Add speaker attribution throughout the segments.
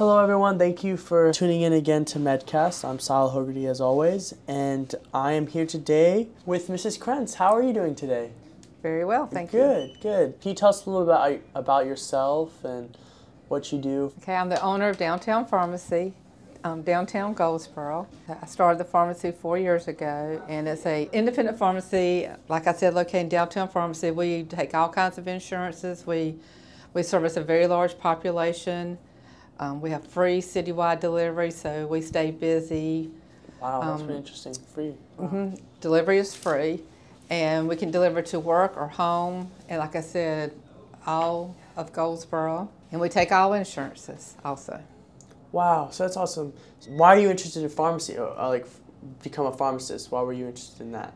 Speaker 1: everyone. Thank you for tuning in again to Medcast. I'm Sal Hogarty as always, and I am here today with Mrs. Krentz. How are you doing today?
Speaker 2: Very well, thank you.
Speaker 1: Good, good. Can you tell us a little about about yourself and what you do?
Speaker 2: Okay, I'm the owner of Downtown Pharmacy, um, downtown Goldsboro. I started the pharmacy four years ago, and it's a independent pharmacy. Like I said, located in downtown pharmacy, we take all kinds of insurances. We we service a very large population. Um, we have free citywide delivery, so we stay busy.
Speaker 1: Wow, that's
Speaker 2: Um,
Speaker 1: pretty interesting. Free. Wow.
Speaker 2: Delivery is free, and we can deliver to work or home, and like I said, all of Goldsboro. And we take all insurances also.
Speaker 1: Wow, so that's awesome. Why are you interested in pharmacy? Or, uh, like, f- become a pharmacist? Why were you interested in that?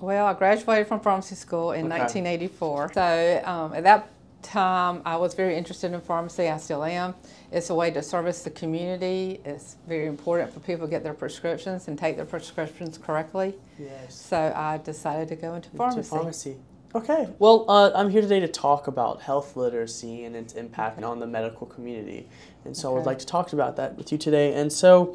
Speaker 2: Well, I graduated from pharmacy school in
Speaker 1: Okay.
Speaker 2: 1984. So um, at that time, I was very interested in pharmacy. I still am. It's a way to service the community. It's very important for people to get their prescriptions and take their prescriptions correctly.
Speaker 1: Yes.
Speaker 2: So I decided to go into pharmacy.
Speaker 1: To pharmacy. Okay. Well, uh, I'm here today to talk about health literacy and its impact on the medical community, and so I would
Speaker 2: Okay.
Speaker 1: like to talk about that with you today. And so,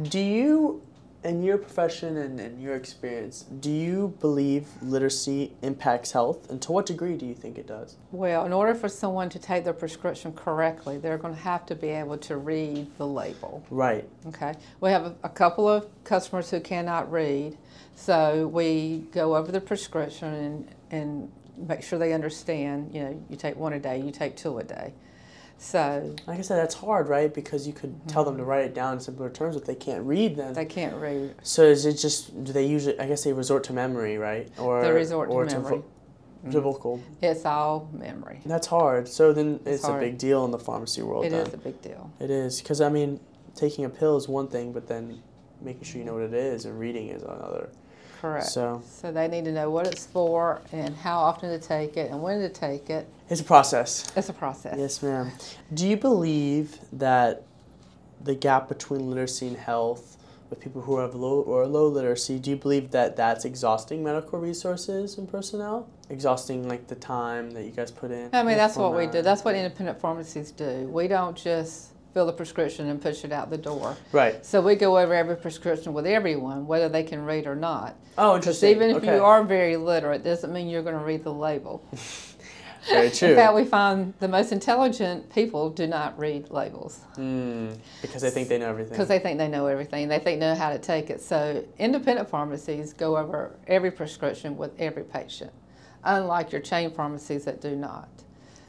Speaker 1: do you, in your profession and in your experience, do you believe literacy impacts health, and to what degree do you think it does?
Speaker 2: Well, in order for someone to take their prescription correctly, they're going to have to be able to read the label.
Speaker 1: Right.
Speaker 2: Okay, we have a, a couple of customers who cannot read, so we go over the prescription and, and make sure they understand. You know, you take one a day, you take two a day. So
Speaker 1: Like I said, that's hard, right? Because you could tell them to
Speaker 2: Mm-hmm.
Speaker 1: write it down in simpler terms, but they can't read them.
Speaker 2: they can't read.
Speaker 1: So is it just do they usually? I guess they resort to memory, right? Or
Speaker 2: They resort to memory. Mm.
Speaker 1: vo- to vocal.
Speaker 2: It's all memory.
Speaker 1: That's hard. So then it's, a
Speaker 2: hard.
Speaker 1: big deal in the pharmacy world.
Speaker 2: It
Speaker 1: then.
Speaker 2: is a big deal.
Speaker 1: It is because I mean, taking a pill is one thing, but then making sure you know what it is and reading is another.
Speaker 2: Correct.
Speaker 1: So
Speaker 2: So they need to know what it's for and how often to take it and when to take it.
Speaker 1: it's a process.
Speaker 2: It's a process.
Speaker 1: Yes, ma'am. Do you believe that the gap between literacy and health with people who have low or low literacy, do you believe that that's exhausting medical resources and personnel? Exhausting like the time that you guys put in?
Speaker 2: I mean,
Speaker 1: the
Speaker 2: that's what we do.
Speaker 1: format?
Speaker 2: That's what independent pharmacies do. We don't just fill a prescription and push it out the door.
Speaker 1: Right.
Speaker 2: So we go over every prescription with everyone, whether they can read or not.
Speaker 1: Oh,
Speaker 2: Because
Speaker 1: interesting.
Speaker 2: even if
Speaker 1: Okay.
Speaker 2: you are very literate, doesn't mean you're going to read the label.
Speaker 1: very
Speaker 2: In
Speaker 1: true,
Speaker 2: fact, we find the most intelligent people do not read labels
Speaker 1: mm, because they think they know everything.
Speaker 2: because they think they know everything. They think they know how to take it. So independent pharmacies go over every prescription with every patient, unlike your chain pharmacies that do not.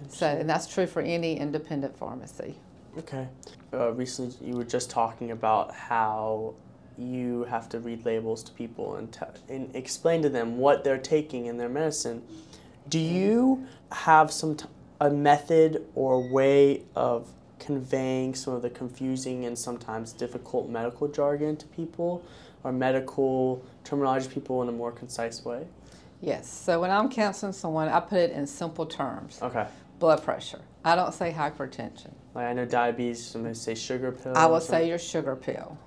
Speaker 2: So, and that's true for any independent pharmacy.
Speaker 1: Okay. Uh, recently, you were just talking about how you have to read labels to people and, t- and explain to them what they're taking in their medicine. Do you have some t- a method or way of conveying some of the confusing and sometimes difficult medical jargon to people or medical terminology to people in a more concise way?
Speaker 2: Yes. So when I'm counseling someone, I put it in simple terms.
Speaker 1: Okay.
Speaker 2: Blood pressure. I don't say hypertension.
Speaker 1: Like I know diabetes, somebody say sugar pill.
Speaker 2: I will
Speaker 1: some-
Speaker 2: say your sugar pill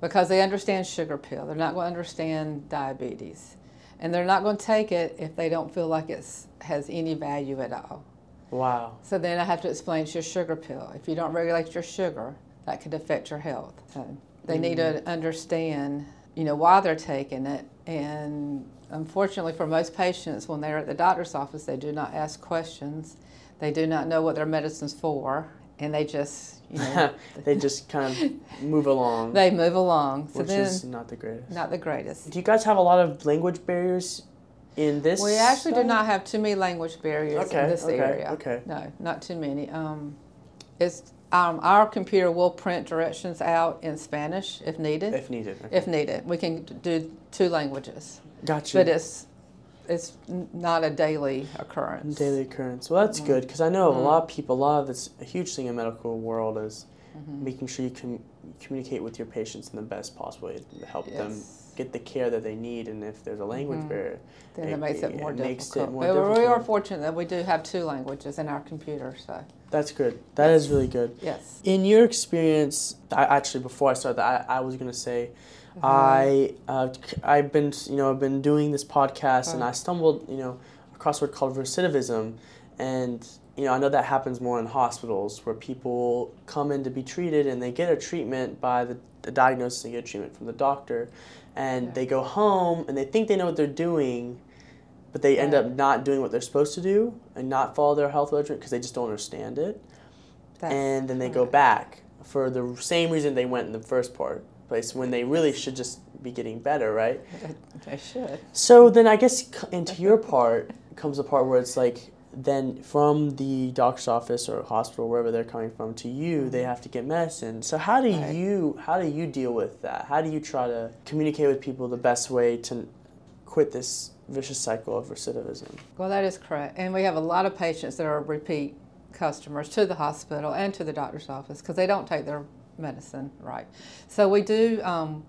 Speaker 2: because they understand sugar pill. They're not going to understand diabetes. And they're not going to take it if they don't feel like it has any value at all.
Speaker 1: Wow.
Speaker 2: So then I have to explain it's your sugar pill. If you don't regulate your sugar, that could affect your health. So they need to understand, you know, why they're taking it. And unfortunately, for most patients, when they're at the doctor's office, they do not ask questions. They do not know what their medicine's for, and they just, you know,
Speaker 1: they just kind of move along.
Speaker 2: they move along. So
Speaker 1: which
Speaker 2: then,
Speaker 1: is not the greatest.
Speaker 2: not the greatest.
Speaker 1: Do you guys have a lot of language barriers in this?
Speaker 2: We actually do
Speaker 1: side?
Speaker 2: not have too many language barriers
Speaker 1: Okay,
Speaker 2: in this
Speaker 1: okay,
Speaker 2: area.
Speaker 1: okay.
Speaker 2: No, not too many. Um, it's um, our computer will print directions out in Spanish if needed. If,
Speaker 1: If needed. Okay.
Speaker 2: needed, we can do two languages,
Speaker 1: Gotcha.
Speaker 2: but it's it's n- not a daily occurrence.
Speaker 1: Daily occurrence. Well,
Speaker 2: Mm-hmm.
Speaker 1: that's good because I know a lot of people. A lot of it's a huge thing in medical world is
Speaker 2: Mm-hmm.
Speaker 1: making sure you can communicate with your patients in the best possible way to help them
Speaker 2: Yes. Mm-hmm.
Speaker 1: get the care that they need. And if there's a language barrier,
Speaker 2: Then it makes it more
Speaker 1: makes it
Speaker 2: difficult.
Speaker 1: more
Speaker 2: but we
Speaker 1: difficult.
Speaker 2: are fortunate that we do have two languages in our computer. So
Speaker 1: that's good. That is really good.
Speaker 2: yes,
Speaker 1: In your experience, I, actually, before I started, that, I, I was gonna say, I uh, c- I've been you know I've been doing this podcast and I stumbled you know across a word called recidivism, and you know, I know that happens more in hospitals where people come in to be treated and they get a treatment by the, the diagnosis, they get a treatment from the doctor, and they go home and they think they know what they're doing, but they end
Speaker 2: Yeah.
Speaker 1: up not doing what they're supposed to do and not follow their health regimen because they just don't understand it.
Speaker 2: That's
Speaker 1: and then they go
Speaker 2: correct.
Speaker 1: back for the same reason they went in the first part place when they really should just be getting better, right?
Speaker 2: They should.
Speaker 1: So then I guess c- into your part comes the part where it's like then from the doctor's office or hospital wherever they're coming from to you they have to get medicine. So how do
Speaker 2: Mm-hmm. Right.
Speaker 1: you how do you deal with that? How do you try to communicate with people the best way to quit this vicious cycle of recidivism?
Speaker 2: Well, that is correct. And we have a lot of patients that are repeat customers to the hospital and to the doctor's office because they don't take their medicine right. So we do, um,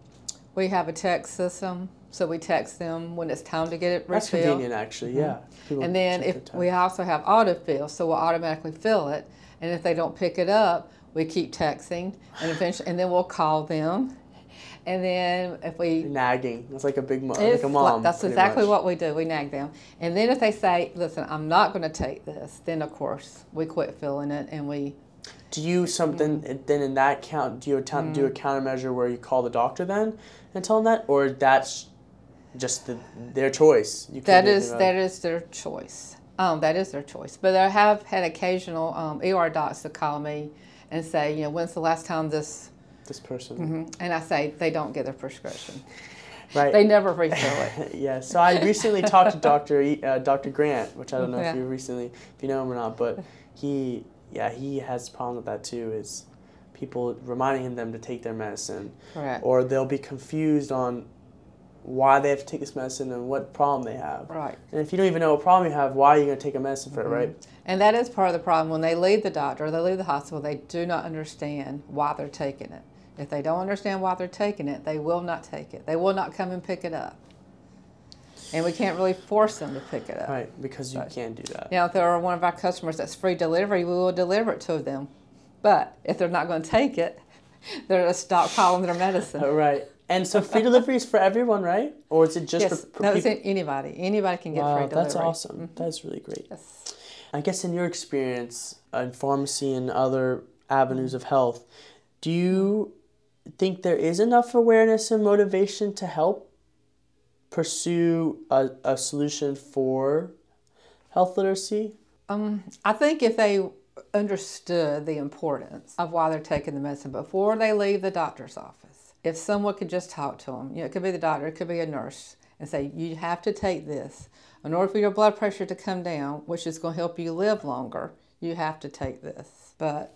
Speaker 2: we have a text system. So we text them when it's time to get it
Speaker 1: That's
Speaker 2: refilled.
Speaker 1: convenient actually, yeah. People
Speaker 2: Mm-hmm. And then
Speaker 1: check their
Speaker 2: if
Speaker 1: time.
Speaker 2: we also have autofill, so we'll automatically fill it. And if they don't pick it up, we keep texting, and eventually, and then we'll call them. And then if we
Speaker 1: nagging. That's like a big mo-
Speaker 2: it's
Speaker 1: like a mom.
Speaker 2: like- that's
Speaker 1: pretty
Speaker 2: exactly
Speaker 1: much.
Speaker 2: what we do. We nag them. And then if they say, listen, I'm not going to take this, then of course we quit filling it and we,
Speaker 1: Do you
Speaker 2: Mm-hmm.
Speaker 1: something then in that count? Do you attempt, do a countermeasure where you call the doctor then and tell them that, or that's just the, their choice? You can't
Speaker 2: that
Speaker 1: do anything
Speaker 2: is,
Speaker 1: about
Speaker 2: that
Speaker 1: it.
Speaker 2: is their choice. Um, that is their choice. But I have had occasional um, ER docs to call me and say, you know, when's the last time this,
Speaker 1: this person,
Speaker 2: and I say they don't get their prescription.
Speaker 1: right?
Speaker 2: They never refill it.
Speaker 1: yeah. So I recently talked to Doctor E- uh, Doctor Grant, which I don't know
Speaker 2: Yeah.
Speaker 1: if you recently if you know him or not, but he yeah he has a problem with that too. Is people reminding him them to take their medicine,
Speaker 2: Correct.
Speaker 1: or they'll be confused on why they have to take this medicine and what problem they have.
Speaker 2: Right.
Speaker 1: And if you don't even know what problem you have, why are you going to take a medicine for it, right?
Speaker 2: And that is part of the problem. When they leave the doctor, they leave the hospital, they do not understand why they're taking it. If they don't understand why they're taking it, they will not take it. They will not come and pick it up. And we can't really force them to pick it up.
Speaker 1: Right, because you can do that.
Speaker 2: Now, if there are one of our customers that's free delivery, we will deliver it to them. But if they're not going to take it, they're just stockpiling their medicine.
Speaker 1: All right. And so free delivery is for everyone, right? Or is it just
Speaker 2: Yes,
Speaker 1: for, for
Speaker 2: no, it's
Speaker 1: people?
Speaker 2: anybody. Anybody can get free
Speaker 1: Wow,
Speaker 2: delivery. Mm-hmm.
Speaker 1: that's awesome. That's really great.
Speaker 2: Yes.
Speaker 1: I guess in your experience uh, in pharmacy and other
Speaker 2: Mm-hmm.
Speaker 1: avenues of health, do you think there is enough awareness and motivation to help pursue a, a solution for health literacy?
Speaker 2: Um, I think if they understood the importance of why they're taking the medicine before they leave the doctor's office, if someone could just talk to them, you know, it could be the doctor, it could be a nurse, and say, "You have to take this in order for your blood pressure to come down, which is going to help you live longer. You have to take this." But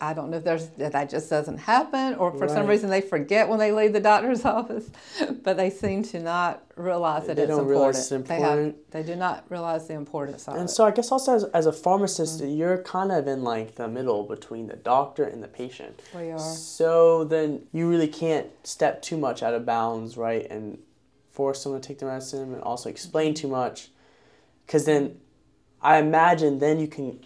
Speaker 2: I don't know if there's if that just doesn't happen, or for some
Speaker 1: Right.
Speaker 2: reason they forget when they leave the doctor's office, but they seem to not realize that
Speaker 1: They
Speaker 2: it's
Speaker 1: don't
Speaker 2: important.
Speaker 1: realize it's
Speaker 2: They, have,
Speaker 1: important.
Speaker 2: they do not realize the importance of it. Mm-hmm.
Speaker 1: And so I guess also as, as a pharmacist, you're kind of in like the middle between the doctor and the patient.
Speaker 2: We are.
Speaker 1: So then you really can't step too much out of bounds, right? And force someone to take the medicine and also explain
Speaker 2: Mm-hmm.
Speaker 1: too much. Because then I imagine then you can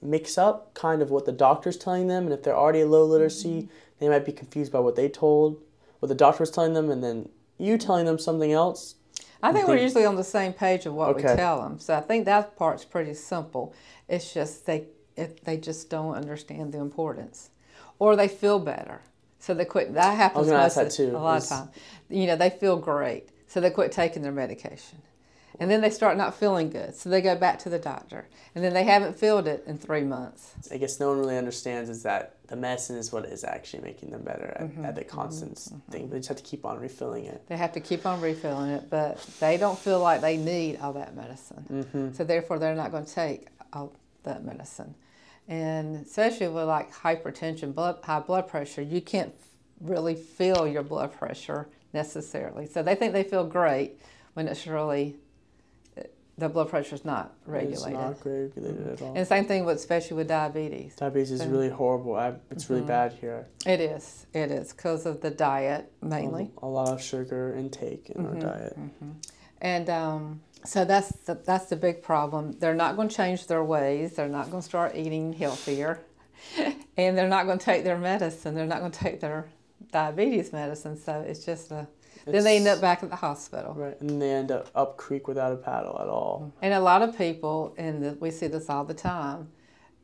Speaker 1: mix up kind of what the doctor's telling them. And if they're already low literacy,
Speaker 2: Mm-hmm.
Speaker 1: they might be confused by what they told, what the doctor was telling them, and then you telling them something else.
Speaker 2: I think we're
Speaker 1: think-
Speaker 2: usually on the same page of what
Speaker 1: Okay.
Speaker 2: we tell them. So I think that part's pretty simple. It's just they it, they just don't understand the importance, or they feel better, so they quit. That happens
Speaker 1: gonna ask
Speaker 2: most
Speaker 1: that
Speaker 2: of-
Speaker 1: too,
Speaker 2: a lot
Speaker 1: is-
Speaker 2: of time. You know, they feel great, so they quit taking their medication, and then they start not feeling good, so they go back to the doctor, and then they haven't filled it in three months.
Speaker 1: I guess no one really understands is that the medicine is what is actually making them better at,
Speaker 2: Mm-hmm.
Speaker 1: at the constant thing. They just have to keep on refilling it.
Speaker 2: They have to keep on refilling it, but they don't feel like they need all that medicine. So therefore, they're not going to take all that medicine. And especially with like hypertension, blood, high blood pressure, you can't really feel your blood pressure necessarily. So they think they feel great when it's really uh, the blood pressure is not
Speaker 1: It's
Speaker 2: regulated.
Speaker 1: not regulated at all.
Speaker 2: And same thing with especially with diabetes.
Speaker 1: Diabetes is really horrible. I, it's really
Speaker 2: Mm-hmm.
Speaker 1: bad here.
Speaker 2: It is. It is because of the diet mainly.
Speaker 1: A lot of sugar intake in
Speaker 2: Mm-hmm.
Speaker 1: our diet.
Speaker 2: And um, so that's the, that's the big problem. They're not going to change their ways. They're not going to start eating healthier, and they're not going to take their medicine. They're not going to take their diabetes medicine. So it's just a Then they end
Speaker 1: It's-
Speaker 2: up back at the hospital.
Speaker 1: Right, and they end up up creek without a paddle at all.
Speaker 2: And a lot of people, and the, we see this all the time,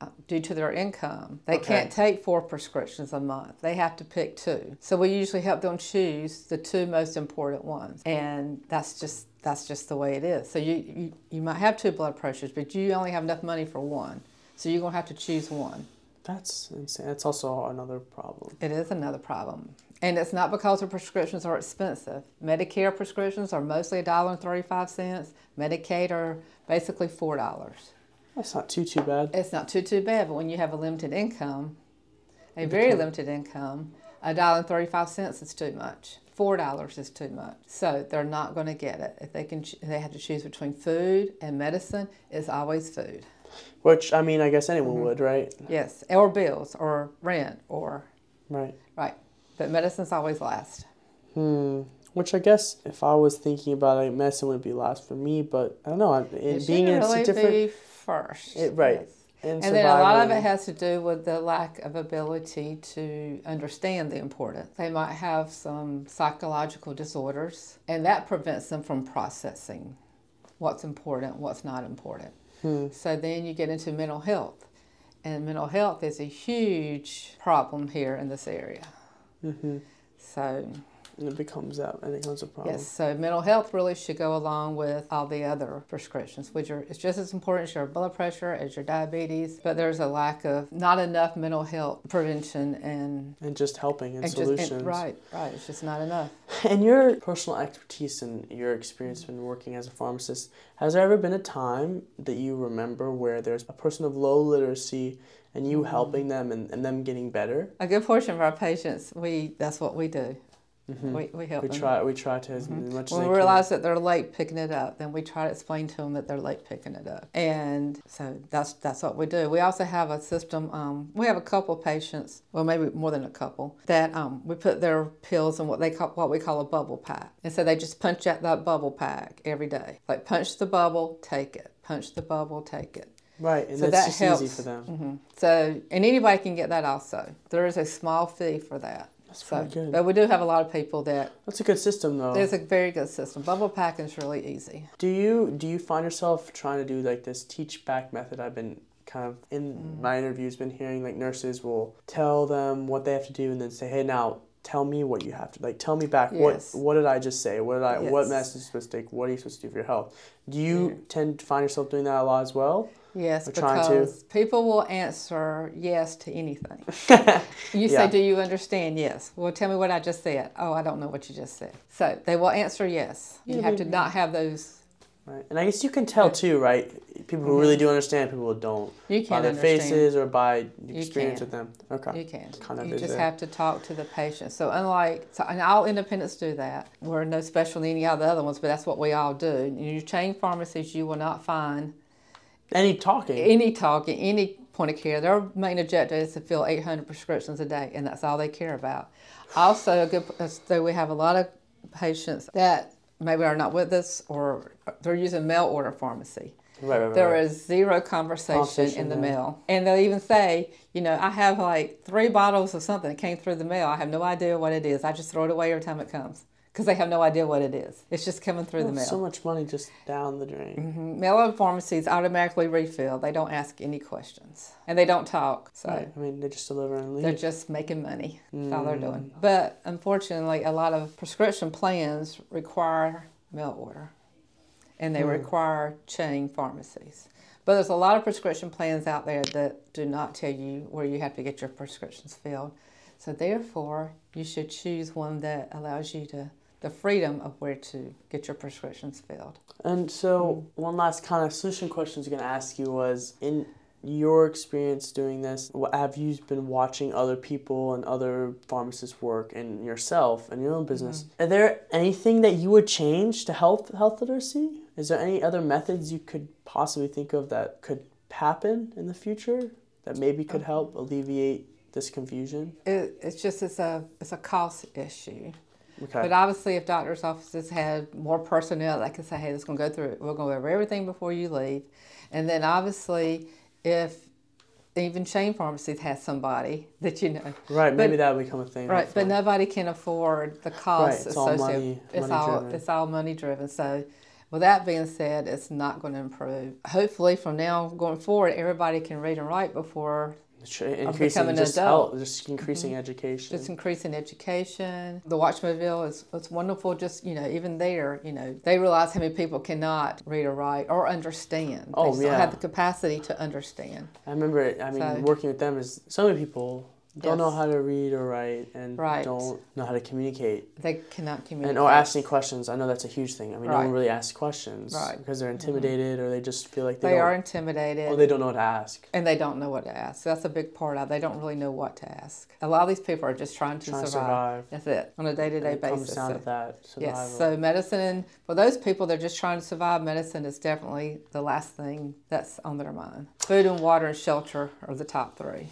Speaker 2: uh, due to their income, they
Speaker 1: Okay.
Speaker 2: can't take four prescriptions a month. They have to pick two. So we usually help them choose the two most important ones, and that's just that's just the way it is. So you you, you might have two blood pressures, but you only have enough money for one. So you're gonna have to choose one.
Speaker 1: That's insane. That's also another problem.
Speaker 2: It is another problem. And it's not because the prescriptions are expensive. Medicare prescriptions are mostly $1.35. Medicaid are basically $4.
Speaker 1: That's not too too bad.
Speaker 2: It's not too too bad, but when you have a limited income, a very limited income, a dollar and thirty five cents is too much. Four dollars is too much. So they're not going to get it if they can. ch- They have to choose between food and medicine. It's always food.
Speaker 1: Which I mean, I guess anyone
Speaker 2: Mm-hmm.
Speaker 1: would, right?
Speaker 2: Yes, or bills, or rent, or
Speaker 1: Right.
Speaker 2: right. But medicine's always last.
Speaker 1: Hmm. Which I guess if I was thinking about it, medicine would be last for me. But I don't know. I, it,
Speaker 2: should
Speaker 1: being in
Speaker 2: really
Speaker 1: a different
Speaker 2: be first.
Speaker 1: It- right.
Speaker 2: Yes.
Speaker 1: and,
Speaker 2: And then a lot of
Speaker 1: surviving-
Speaker 2: it has to do with the lack of ability to understand the importance. They might have some psychological disorders, and that prevents them from processing what's important, what's not important. So then you get into mental health, and mental health is a huge problem here in this area. So,
Speaker 1: and it becomes that, and it becomes a problem.
Speaker 2: yes, so mental health really should go along with all the other prescriptions, which are it's just as important as your blood pressure, as your diabetes, but there's a lack of not enough mental health prevention and,
Speaker 1: And just helping and,
Speaker 2: and just- and-
Speaker 1: solutions.
Speaker 2: right, right. It's just not enough.
Speaker 1: And your personal expertise and your
Speaker 2: Mm-hmm.
Speaker 1: experience in working as a pharmacist, has there ever been a time that you remember where there's a person of low literacy and
Speaker 2: Mm-hmm.
Speaker 1: you helping them and, and them getting better?
Speaker 2: A good portion of our patients, we that's what we do. We, we help
Speaker 1: Mm-hmm. We
Speaker 2: them.
Speaker 1: try we try to as much as
Speaker 2: Mm-hmm. when
Speaker 1: they
Speaker 2: we realize that they're late picking it up, then we try to explain to them that they're late picking it up. And so that's that's what we do. We also have a system. Um, we have a couple patients, well, maybe more than a couple, that um, we put their pills in what they call what we call a bubble pack, and so they just punch out that bubble pack every day. Like punch the bubble, take it. Punch the bubble, take it.
Speaker 1: can. Right, and
Speaker 2: so
Speaker 1: that's
Speaker 2: that
Speaker 1: just easy
Speaker 2: helps.
Speaker 1: for them.
Speaker 2: Mhm. So, and anybody can get that also. There is a small fee for that.
Speaker 1: That's
Speaker 2: So,
Speaker 1: pretty good.
Speaker 2: but we do have a lot of people that
Speaker 1: That's a good system though.
Speaker 2: it's a very good system. Bubble packing is really easy.
Speaker 1: Do you do you find yourself trying to do like this teach back method? I've been kind of in
Speaker 2: Mm.
Speaker 1: my interviews been hearing like nurses will tell them what they have to do and then say, hey, now tell me what you have to like tell me back
Speaker 2: Yes.
Speaker 1: what what did I just say? What did I what
Speaker 2: Yes.
Speaker 1: message is supposed to take? What are you supposed to do for your health? Do you tend to find yourself doing that a lot as well?
Speaker 2: Yes,
Speaker 1: We're trying to.
Speaker 2: because people will answer yes to anything. you
Speaker 1: Yeah.
Speaker 2: say, "Do you understand?" Yes. Well, tell me what I just said. Oh, I don't know what you just said. So they will answer yes. You
Speaker 1: Yeah,
Speaker 2: have
Speaker 1: they-
Speaker 2: to not have those.
Speaker 1: Right. And I guess you can tell too, right? People who really do understand, people who don't.
Speaker 2: Mm-hmm. You
Speaker 1: by
Speaker 2: can
Speaker 1: their
Speaker 2: understand.
Speaker 1: faces or by experience
Speaker 2: can.
Speaker 1: with them. Okay.
Speaker 2: You can.
Speaker 1: Kind of
Speaker 2: you
Speaker 1: is
Speaker 2: just
Speaker 1: it.
Speaker 2: have to talk to the patient. So unlike, so, and all independents do that. We're no special than any of the other ones, but that's what we all do. In your chain pharmacies, you will not find
Speaker 1: Any talking.
Speaker 2: any talking, any point of care, their main objective is to fill 800 prescriptions a day, and that's all they care about. Also, a good, uh, so we have a lot of patients that maybe are not with us or uh, they're using mail order pharmacy.
Speaker 1: right, right, right.
Speaker 2: There
Speaker 1: right.
Speaker 2: is zero conversation,
Speaker 1: Conversation,
Speaker 2: in the
Speaker 1: yeah.
Speaker 2: mail. And they'll even say, you know, I have like three bottles of something that came through the mail. I have no idea what it is. I just throw it away every time it comes because they have no idea what it is. It's just coming through the mail.
Speaker 1: Oh, So much money just down the drain.
Speaker 2: Mail order pharmacies automatically refill. They don't ask any questions and they don't talk. So
Speaker 1: Right. I mean, they just deliver and
Speaker 2: they're
Speaker 1: leave.
Speaker 2: just making money. That's all they're doing. But unfortunately, a lot of prescription plans require mail order and they require chain pharmacies. But there's a lot of prescription plans out there that do not tell you where you have to get your prescriptions filled. So therefore, you should choose one that allows you to the freedom of where to get your prescriptions filled.
Speaker 1: And so,
Speaker 2: Hmm.
Speaker 1: one last kind of solution question I was going to ask you was in your experience doing this, wh- have you been watching other people and other pharmacists work and yourself and your own
Speaker 2: Mm-hmm.
Speaker 1: business? Are there anything that you would change to help health literacy? Is there any other methods you could possibly think of that could happen in the future that maybe could
Speaker 2: Uh-huh.
Speaker 1: help alleviate this confusion?
Speaker 2: It, it's just it's a it's a cost issue.
Speaker 1: Okay.
Speaker 2: But obviously, if doctors' offices had more personnel that could say, "Hey, this is going to go through. We're going to go over everything before you leave," and then obviously, if even chain pharmacies has somebody that you know.
Speaker 1: Right, maybe
Speaker 2: But-
Speaker 1: that would become a thing.
Speaker 2: Right,
Speaker 1: hopefully.
Speaker 2: but nobody can afford the costs
Speaker 1: it's all
Speaker 2: associated.
Speaker 1: money-
Speaker 2: it's
Speaker 1: money
Speaker 2: all
Speaker 1: driven.
Speaker 2: it's all money driven. So, with that being said, it's not going to improve. Hopefully, from now going forward, everybody can read and write before
Speaker 1: Ch- increasing
Speaker 2: becoming an
Speaker 1: just
Speaker 2: adult. Mm-hmm.
Speaker 1: health, just increasing education.
Speaker 2: just increasing education. The Watchmobile is it's wonderful. Just you know, even there, you know, they realize how many people cannot read or write or understand.
Speaker 1: Oh,
Speaker 2: they just
Speaker 1: yeah.
Speaker 2: don't have the capacity to understand.
Speaker 1: I remember. it- I mean,
Speaker 2: So-
Speaker 1: working with them is so many people don't know
Speaker 2: Yes.
Speaker 1: how to read or write and
Speaker 2: Right.
Speaker 1: don't know how to communicate
Speaker 2: They cannot communicate.
Speaker 1: and or ask any questions. I know that's a huge thing. I mean, no one
Speaker 2: Right.
Speaker 1: really asks questions
Speaker 2: Right. Mm-hmm.
Speaker 1: because they're intimidated or they just feel like they,
Speaker 2: They,
Speaker 1: don't,
Speaker 2: are intimidated.
Speaker 1: or they don't know what to ask.
Speaker 2: and they don't know what to ask. That's a big part of it. They don't really know what to ask. A lot of these people are just trying to,
Speaker 1: Trying to
Speaker 2: survive.
Speaker 1: survive.
Speaker 2: That's it on a day to day
Speaker 1: It comes
Speaker 2: basis.
Speaker 1: down
Speaker 2: So-
Speaker 1: to that survival.
Speaker 2: yes. So medicine and for those people that are just trying to survive, medicine is definitely the last thing that's on their mind. Food and water and shelter are the top three.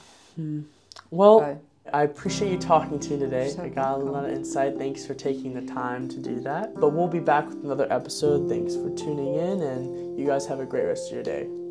Speaker 1: well,
Speaker 2: So
Speaker 1: I appreciate you talking to me today.
Speaker 2: So
Speaker 1: I got a lot of insight. Thanks for taking the time to do that. But we'll be back with another episode. Thanks for tuning in, and you guys have a great rest of your day.